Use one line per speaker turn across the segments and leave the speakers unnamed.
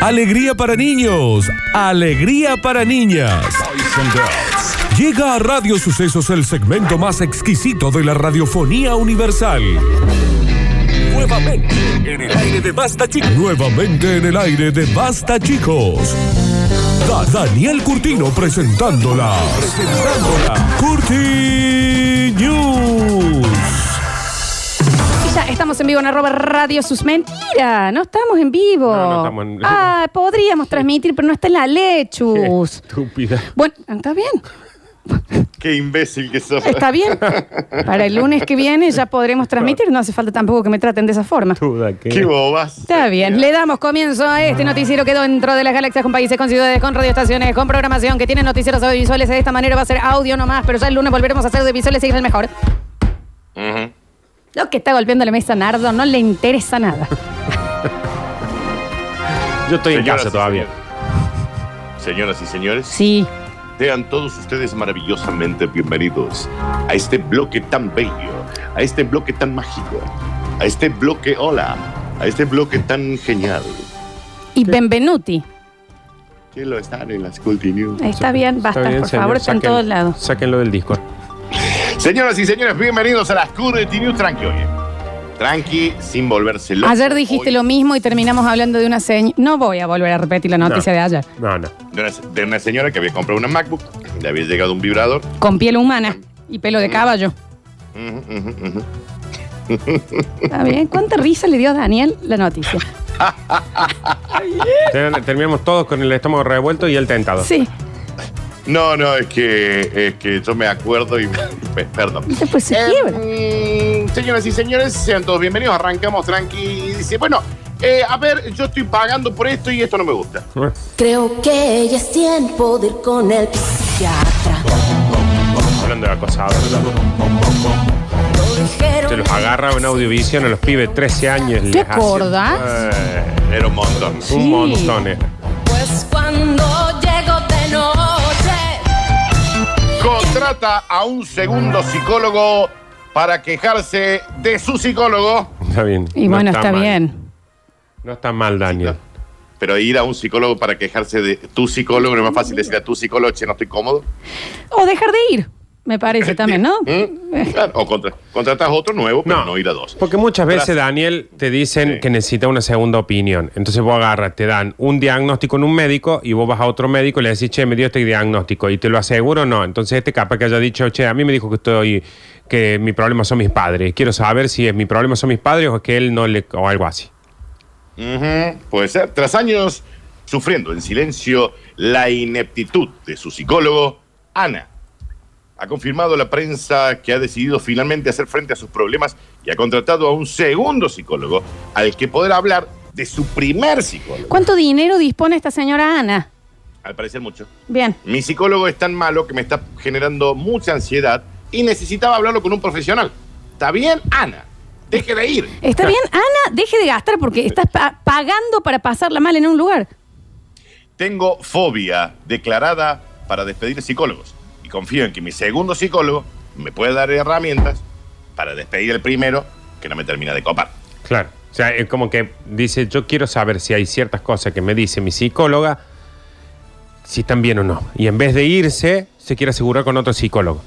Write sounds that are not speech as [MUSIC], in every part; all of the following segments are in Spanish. Alegría para niños, alegría para niñas. Llega a Radio Sucesos el segmento más exquisito de la radiofonía universal. Nuevamente en el aire de Basta Chicos. Nuevamente en el aire de Basta Chicos. Da- Daniel Curtino presentándola. Presentándola. Curti News.
Y ya estamos en vivo en arroba radio sus mentiras. No estamos en vivo.
No, no estamos en-
Ah, podríamos transmitir, pero no está en la lechus.
Estúpida.
Bueno, está bien,
Qué imbécil que sos.
está bien. Para el lunes que viene ya podremos transmitir. No hace falta tampoco que me traten de esa forma.
Duda
[LAUGHS]
que.
Qué bobas.
Está bien, le damos comienzo a este noticiero que dentro de las galaxias con países, con ciudades, con radioestaciones, con programación que tienen noticieros audiovisuales. De esta manera va a ser audio nomás, pero ya el lunes volveremos a hacer audiovisuales y es el mejor.
Ujú.
Lo que está golpeando la mesa Nardo no le interesa nada.
Yo estoy en
Señoras
casa
y
todavía.
señores. Señoras y señores,
Sí,
sean todos ustedes maravillosamente bienvenidos a este bloque tan bello, a este bloque tan mágico, a este bloque hola, a este bloque tan genial.
y Benvenuti.
Que lo están en las Culti News.
Ahí Está bien, basta,
Está bien,
por
señor.
favor, está en
Saquen-
todos lados.
Sáquenlo del Discord.
Señoras y señores, bienvenidos a las Culti News. Tranqui, oye. Tranqui, sin volverse loco.
Ayer dijiste
Hoy,
lo mismo y terminamos hablando de una seña. No voy a volver a repetir la noticia de ayer.
No, no.
De una, de una señora que había comprado una MacBook, le había llegado un vibrador.
Con piel humana y pelo de caballo.
Ujú, ujú, ujú.
Está bien. ¿Cuánta risa le dio a Daniel la noticia?
Ter- Terminamos todos con el estómago revuelto y el tentado.
Sí.
No, no, es que, es que yo me acuerdo y. [LAUGHS] me- Perdón.
Y Después se
Eh,
quiebra.
mm, señoras y señores, sean todos bienvenidos. Arrancamos tranqui. Y dice, bueno, eh, a ver, yo estoy pagando por esto y esto no me gusta.
Creo que ya es tiempo de ir con el psiquiatra.
Hablando de acosados.
Lo dijeron
Se los agarra en audiovisión a los pibes 13 años. les hace-
acordás?
Eh,
Era un montón.
un
Sí.
montón. eh.
Pues cuando llego de noche.
Contrata a un segundo psicólogo para quejarse de su psicólogo.
Está bien.
Y
No
bueno, está,
mal.
bien.
No está mal, Daniel.
Pero ir a un psicólogo para quejarse de tu psicólogo no es más fácil decir a tu psicólogo, che, no estoy cómodo.
O dejar de ir, me parece también, ¿no? Eh.
¿Mm? Claro, o contra- contratas otro nuevo, pero no, ir a dos.
Porque muchas veces,
Tras-
Daniel, te dicen
Sí.
que necesita una segunda opinión. Entonces vos agarras, te dan un diagnóstico en un médico y vos vas a otro médico y le decís, che, me dio este diagnóstico y te lo aseguro, no. Entonces este capaz que haya dicho, che, a mí me dijo que estoy, que mi problema son mis padres. Quiero saber si es mi problema son mis padres o es que él no le, o algo así.
Ujú, Puede ser. Tras años sufriendo en silencio la ineptitud de su psicólogo, Ana ha confirmado a la prensa que ha decidido finalmente hacer frente a sus problemas y ha contratado a un segundo psicólogo al que poder hablar de su primer psicólogo.
¿Cuánto dinero dispone esta señora Ana?
Al parecer mucho.
Bien.
Mi psicólogo es tan malo que me está generando mucha ansiedad y necesitaba hablarlo con un profesional. ¿Está bien, Ana? Deje de ir.
¿Está bien? Ana, deje de gastar porque estás pa- pagando para pasarla mal en un lugar.
Tengo fobia declarada para despedir psicólogos y confío en que mi segundo psicólogo me puede dar herramientas para despedir el primero que no me termina de copar. [LAUGHS]
Claro. O sea, es como que dice, yo quiero saber si hay ciertas cosas que me dice mi psicóloga, si están bien o no. Y en vez de irse, se quiere asegurar con otro psicólogo.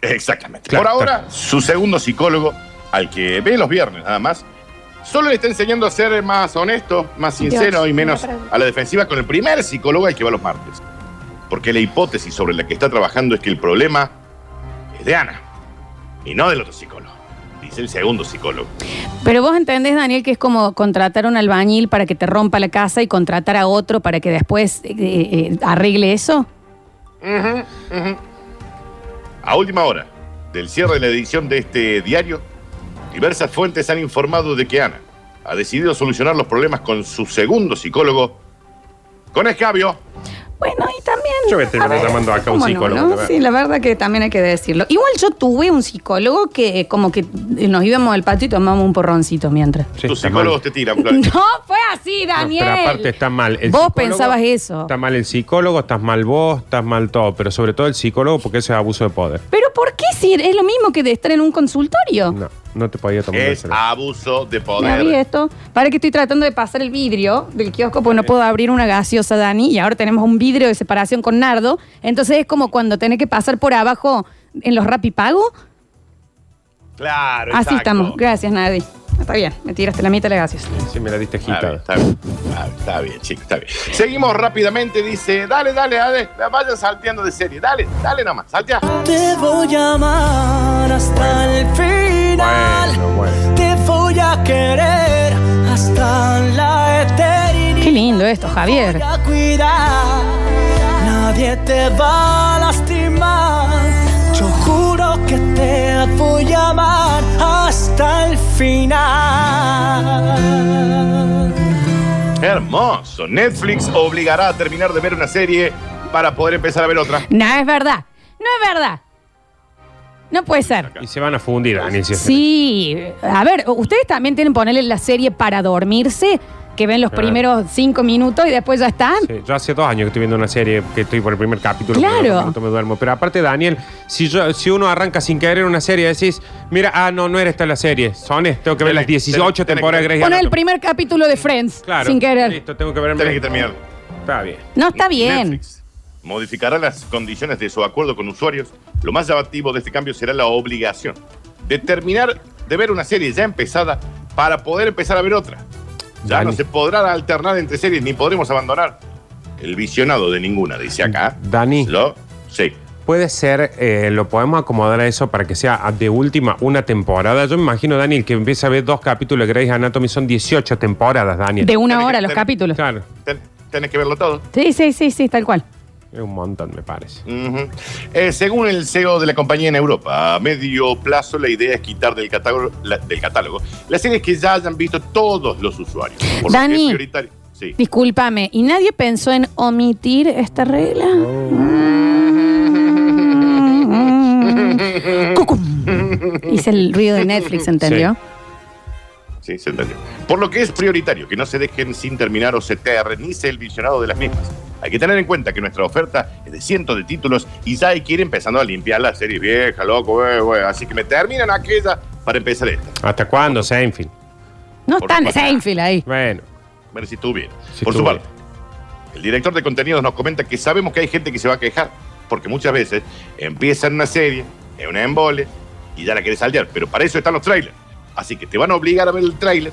Exactamente.
Claro,
Por ahora,
claro.
su segundo psicólogo, al que ve los viernes nada más, solo le está enseñando a ser más honesto, más sincero
Dios,
y menos
mira, para-
a la defensiva con el primer psicólogo al que va los martes. Porque la hipótesis sobre la que está trabajando es que el problema es de Ana y no del otro psicólogo. Dice el segundo psicólogo.
Pero vos entendés, Daniel, que es como contratar a un albañil para que te rompa la casa y contratar a otro para que después eh, eh, arregle eso.
Ujú, ujú. A última hora del cierre de la edición de este diario, diversas fuentes han informado de que Ana ha decidido solucionar los problemas con su segundo psicólogo, con escabio.
Bueno, y también.
Yo voy a terminar
a ver,
llamando acá a un
¿cómo
psicólogo, la verdad.
Sí, la verdad que también hay que decirlo. Igual yo tuve un psicólogo que eh, como que eh, nos íbamos al patio y tomábamos un porroncito mientras.
Sí,
Tus
está mal.
psicólogos te tiran,
[LAUGHS]
Florencia.
[LAUGHS] No fue así, Daniel.
Pero aparte está mal. el
Vos
psicólogo,
pensabas eso.
Está mal el psicólogo, estás mal vos, estás mal todo, pero sobre todo el psicólogo porque eso es abuso de poder.
Pero ¿por qué si es lo mismo que de estar en un consultorio?
No. No te podía tomar
Es
cerveza.
abuso de
Me abrí
poder.
esto. Para que estoy tratando de pasar el vidrio del kiosco, porque no puedo abrir una gaseosa, Dani. Y ahora tenemos un vidrio de separación con Nardo. Entonces es como cuando tenés que pasar por abajo en los rapipago.
Claro,
Así
exacto.
estamos. Gracias, Nardi. Está bien, me tiraste la mitad de la gaseosa.
Sí, me la diste
Está bien,
agitada.
está bien, está bien, está bien, chicos, está bien. Seguimos rápidamente, dice, dale, dale, dale, vayan salteando de serie, dale, dale nomás, saltea.
Te voy a amar hasta el final.
Bueno, bueno.
Te voy a querer hasta la eternidad.
Qué lindo esto,
Te
Javier.
voy a cuidar. Nadie te va a lastimar. Yo juro que te voy a amar hasta el final.
Hermoso. Netflix obligará a terminar de ver una serie para poder empezar a ver otra.
No es verdad. No es verdad. No puede ser.
Y se van a fundir, Anicio.
Sí. A ver, ustedes también tienen que ponerle la serie para dormirse, que ven los
Claro.
primeros cinco minutos y después ya están.
Sí, yo hace dos años que estoy viendo una serie que estoy por el primer capítulo.
Claro.
por el segundo me duermo. Pero aparte, Daniel, si, yo, si uno arranca sin querer en una serie, decís, mira, ah, no, no era esta la serie. Son esto, tengo que ver
Tenés-
las 18
tenés- tenés
temporadas de
que-
Grey's
Poner el
Anatomy.
primer capítulo de Friends
Claro.
sin querer.
Listo, tengo que verme.
Tenés que terminar.
Está bien.
No está bien.
Netflix modificará las condiciones de su acuerdo con usuarios. Lo más llamativo de este cambio será la obligación de terminar de ver una serie ya empezada para poder empezar a ver otra. Ya no
Dani.
se podrán alternar entre series ni podremos abandonar el visionado de ninguna, dice acá.
Dani.
Lo, sí.
Puede ser, eh, lo podemos acomodar a eso para que sea de última una temporada. Yo me imagino, Daniel, que empieza a ver dos capítulos de Grey's Anatomy, son 18 temporadas, Daniel.
De una
Tenés que
hora los
tener-
capítulos.
Claro,
Ten- tenés que verlo todo.
Sí, sí, sí, sí, tal cual.
es un montón, me parece.
Ujú. Eh, según el CEO de la compañía en Europa, a medio plazo la idea es quitar del catálogo, la- del catálogo las series que ya hayan visto todos los usuarios. por lo que
Dani.
es prioritario- Sí.
Discúlpame, ¿y nadie pensó en omitir esta regla? Mm. Cucum. Hice el ruido de Netflix, ¿entendió?
Sí, se entendió. Por lo que es prioritario que no se dejen sin terminar o se ternice el visionado de las mismas. Hay que tener en cuenta que nuestra oferta es de cientos de títulos y ya hay que ir empezando a limpiar las series viejas, loco, eh, güey. Así que me terminan aquella para empezar esta.
¿Hasta cuándo, Seinfeld?
No
Por
están
supuesto.
Seinfeld ahí.
Bueno,
Ver si estuvo bien.
Si
Por su
estuvo
parte, el director de contenidos nos comenta que sabemos que hay gente que se va a quejar, porque muchas veces empiezan una serie, es una embole, y ya la querés saltear, pero para eso están los trailers. Así que te van a obligar a ver el trailer,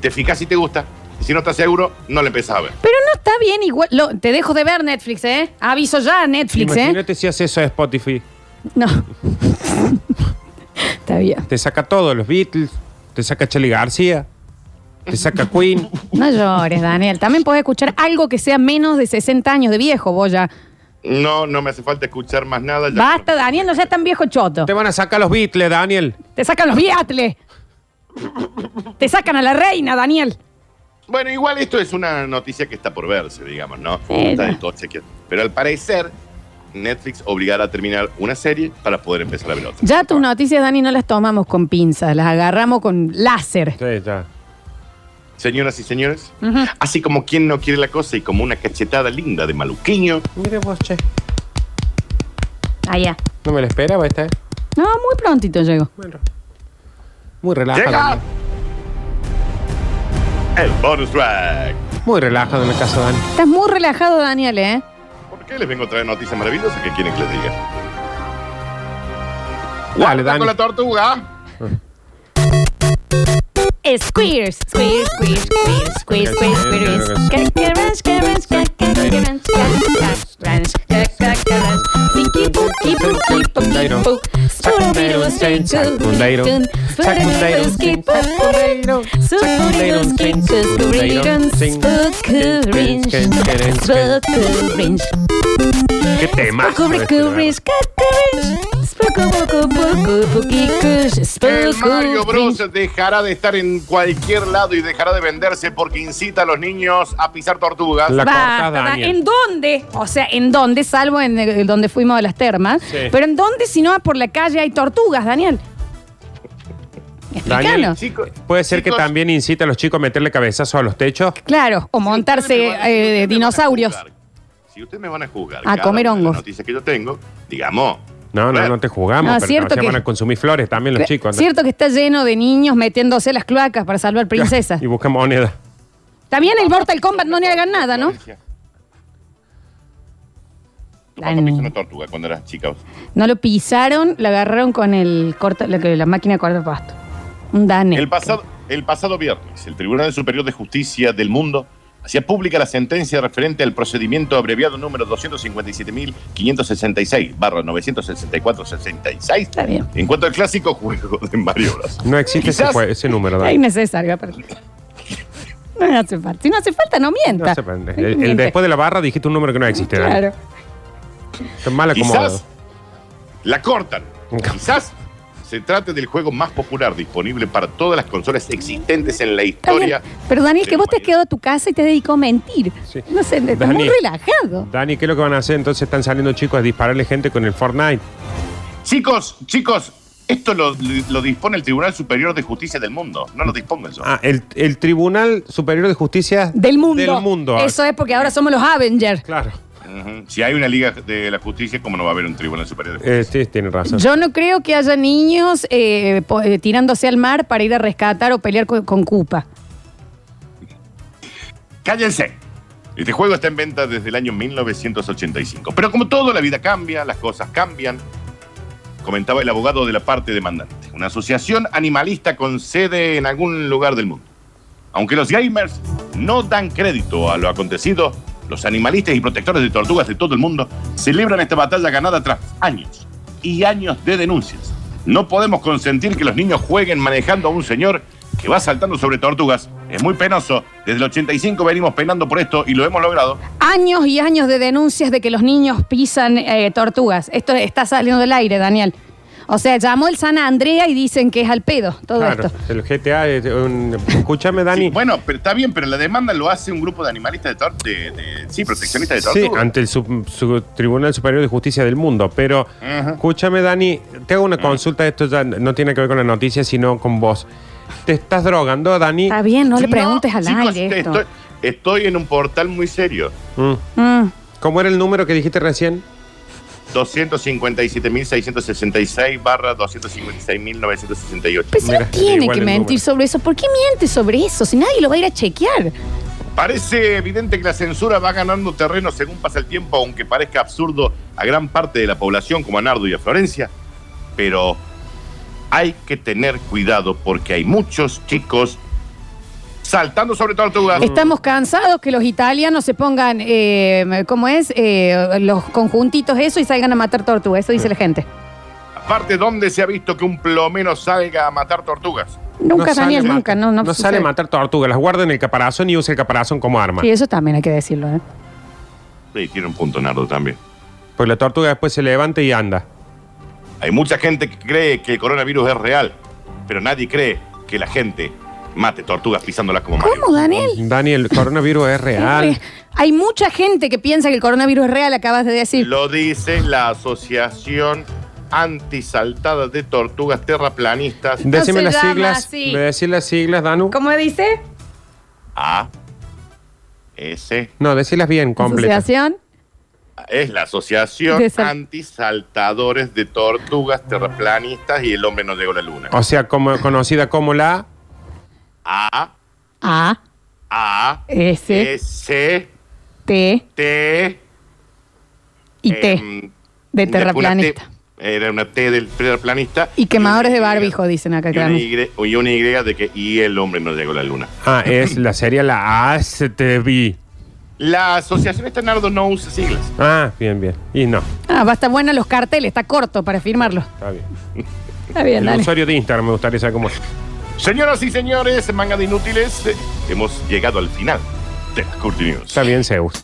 te fijas si te gusta, y si no estás seguro, no lo empezás a ver.
Pero no está bien igual. Lo- te dejo de ver Netflix, ¿eh? Aviso ya a Netflix, ¿eh?
imagínate si haces eso a Spotify.
No. [LAUGHS] está bien.
Te saca todo, los Beatles, te saca Charlie García, te saca
[LAUGHS]
Queen.
No llores, Daniel. También podés escuchar algo que sea menos de 60 años de viejo, Boya.
No, no me hace falta escuchar más nada. ya-
Basta, Daniel, no seas tan viejo choto.
te van a sacar los Beatles, Daniel.
Te sacan los biatles. Te sacan a la reina, Daniel.
Bueno, igual esto es una noticia que está por verse, digamos, ¿no?
Sí,
Está
ya.
del todo chequeado. Pero al parecer, Netflix obligará a terminar una serie para poder empezar a ver otra.
Ya tus noticias, Dani, no las tomamos con pinzas, las agarramos con láser.
Sí, ya.
Señoras y señores, así como quien no quiere la cosa y como una cachetada linda de maluquiño,
Mire vos, che.
Allá.
No me lo esperaba esta, ¿eh?
No, muy prontito llego.
Muy
llega
relajado.
el bonus track.
Muy relajado en el caso, Dani.
Estás muy relajado, Daniel, ¿eh?
¿Por qué les vengo a traer noticias maravillosas que quieren que les diga?
Dale, Dani.
Con la tortuga.
Squeers. Squeers, squeers, squeers, squeers, squeers, squeers. Cacarans, carans, cacarans, cacarans, carans, cacarans. Tiki, puki, puki, puki, puk. Surubiru, surubiru, surubiru, skipper. Surubiru, skipper, surubiru, spookerins, spookerins.
¿Qué este, tema?
Cubre, cubre, cacarans. Spooko, boko, boko, puki, kush,
El
spooko,
Eh, Mario
rin.
Bros. dejará de estar en cualquier lado y dejará de venderse porque incita a los niños a pisar tortugas.
La
Basta,
cortás,
da-
Daniel.
¿En dónde? O sea, ¿en dónde? Salvo en el- donde fuimos a las termas.
Sí.
Pero ¿en dónde si no por la calle hay tortugas, Daniel? Explícanos.
Chicos,
eh, Puede ser que
chicos,
también incita a los chicos a meterle cabezazo a los techos.
Claro, o montarse
ustedes me van a-
eh,
si ustedes me van a
dinosaurios.
juzgar, Si ustedes me van a juzgar.
A
cada
comer
una de
hongos.
Las noticias que yo tengo, digamos,
No, no, no te jugamos.
No,
pero
cierto
se
que-
van a consumir flores también los chicos. ¿no?
Cierto que está lleno de niños metiéndose las cloacas para salvar princesas.
[LAUGHS] Y buscan moneda.
También el Mortal Kombat no le hagan nada, ¿no?
Tu papá
Dani.
pisó una tortuga cuando eras chica.
No lo pisaron, la agarraron con el corta, la, la máquina de cortar pasto. Un dane.
El pasado, el pasado viernes, el Tribunal Superior de Justicia del Mundo hacía pública la sentencia referente al procedimiento abreviado número 257.566-964-66
Está bien.
en cuanto al clásico juego de Mario Bros.
No existe ese,
Quizás-
jue- ese número.
Es
Dani.
innecesario, aparte. No hace falta. Si no hace falta, no
No
mienta.
se prende.
No
El- el
mienta.
después de la barra dijiste un número que no existe. Dani.
Claro.
Está mal acomodado.
Quizás la cortan. Quizás se trate del juego más popular disponible para todas las consolas existentes en la
Está bien.
historia.
Pero Daniel,
de
que
la
vos te has
humanidad.
quedado a tu casa y te dedicó a mentir.
Sí.
No sé, estás
Dani.
muy relajado.
Dani, ¿qué es lo que van a hacer? Entonces están saliendo chicos a dispararle gente con el Fortnite.
Chicos, chicos, esto lo, lo dispone el Tribunal Superior de Justicia del Mundo. No lo dispongo yo.
Ah, el, el Tribunal Superior de Justicia
Del mundo.
Del mundo. ah.
Eso es porque ahora somos los Avengers.
Claro.
Ujú. Si hay una liga de la justicia, ¿cómo no va a haber un tribunal superior?
Eh, sí, tiene razón.
Yo no creo que haya niños eh, po- eh, tirándose al mar para ir a rescatar o pelear con, con Cupa.
¡Cállense! Este juego está en venta desde el año 1985. Pero como todo, la vida cambia, las cosas cambian. Comentaba el abogado de la parte demandante. Una asociación animalista con sede en algún lugar del mundo. Aunque los gamers no dan crédito a lo acontecido, los animalistas y protectores de tortugas de todo el mundo celebran esta batalla ganada tras años y años de denuncias. No podemos consentir que los niños jueguen manejando a un señor que va saltando sobre tortugas. Es muy penoso. Desde el 85 venimos penando por esto y lo hemos logrado.
Años y años de denuncias de que los niños pisan eh, tortugas. Esto está saliendo del aire, Daniel. O sea, llamó el San Andrea y dicen que es al pedo todo
Claro,
esto.
el GTA es un... Escúchame, Dani.
Sí, bueno, pero está bien, pero la demanda lo hace un grupo de animalistas de tortugas. De, de- sí, proteccionistas de
Sí,
tortugas.
ante el sub- su- Tribunal Superior de Justicia del Mundo. Pero
Ajá.
escúchame, Dani, te hago una consulta. Esto ya no tiene que ver con la noticia, sino con vos. ¿Te estás drogando, Dani?
Está bien, no, le preguntes al
chicos,
aire esto.
Estoy, estoy en un portal muy serio.
Mm.
Mm.
¿Cómo era el número que dijiste recién?
257.666 barra 256.968.
Pero si no
Mira,
tiene
igual
que
el
mentir
número.
sobre eso, ¿por qué miente sobre eso? Si nadie lo va a ir a chequear.
Parece evidente que la censura va ganando terreno según pasa el tiempo, aunque parezca absurdo a gran parte de la población, como a Nardo y a Florencia. Pero hay que tener cuidado porque hay muchos chicos saltando sobre
Ah.
tortugas.
Estamos cansados que los italianos se pongan, eh, ¿cómo es? Eh, los conjuntitos, eso, y salgan a matar tortugas. Eso dice la gente.
Aparte, ¿dónde se ha visto que un plomero salga a matar tortugas?
Nunca,
No sale
Daniel,
a
nunca. No,
matar-
no,
sale a
sucede.
matar tortugas, las guarda en el caparazón y usa el caparazón como arma.
Sí, eso también hay que decirlo, ¿eh?
Sí, tiene un punto, Nardo, también.
Pues la tortuga después se levanta y anda.
Hay mucha gente que cree que el coronavirus es real, pero nadie cree que la gente mate tortugas pisándolas como Mario.
¿Cómo, Daniel?
Dani, el coronavirus es real.
Hay mucha gente que piensa que el coronavirus es real, acabas de decir.
Lo dice la Asociación Antisaltada de Tortugas Terraplanistas.
[LAUGHS] No
Decime
se
las
llama
siglas.
así.
¿Me decís las siglas, Danu?
¿Cómo dice?
A. S.
No, decirlas bien, completas.
Asociación.
Es la Asociación
De sal-
Antisaltadores de Tortugas Terraplanistas y el hombre no llegó a la luna.
O sea, como, conocida como la...
A.
A,
A.
Ah. S,
S.
T
T.
y T.
em,
De
una T-
terraplanista.
Era una T del terraplanista.
Y quemadores de
una Y,
barbijo, dicen acá.
Y una,
claramente.
y, y una Y de que y el hombre no llegó a la luna.
Ah, es la serie la ASTV.
La asociación esta, Nardo, no usa siglas.
Ah, bien, bien. Y no,
Ah, va a estar buena los carteles, está corto para firmarlos.
está bien.
Está bien,
El
dale.
usuario de Instagram me gustaría saber cómo es.
Señoras y señores, manga de inútiles, eh, hemos llegado al final de las Curti News.
Está bien, Zeus.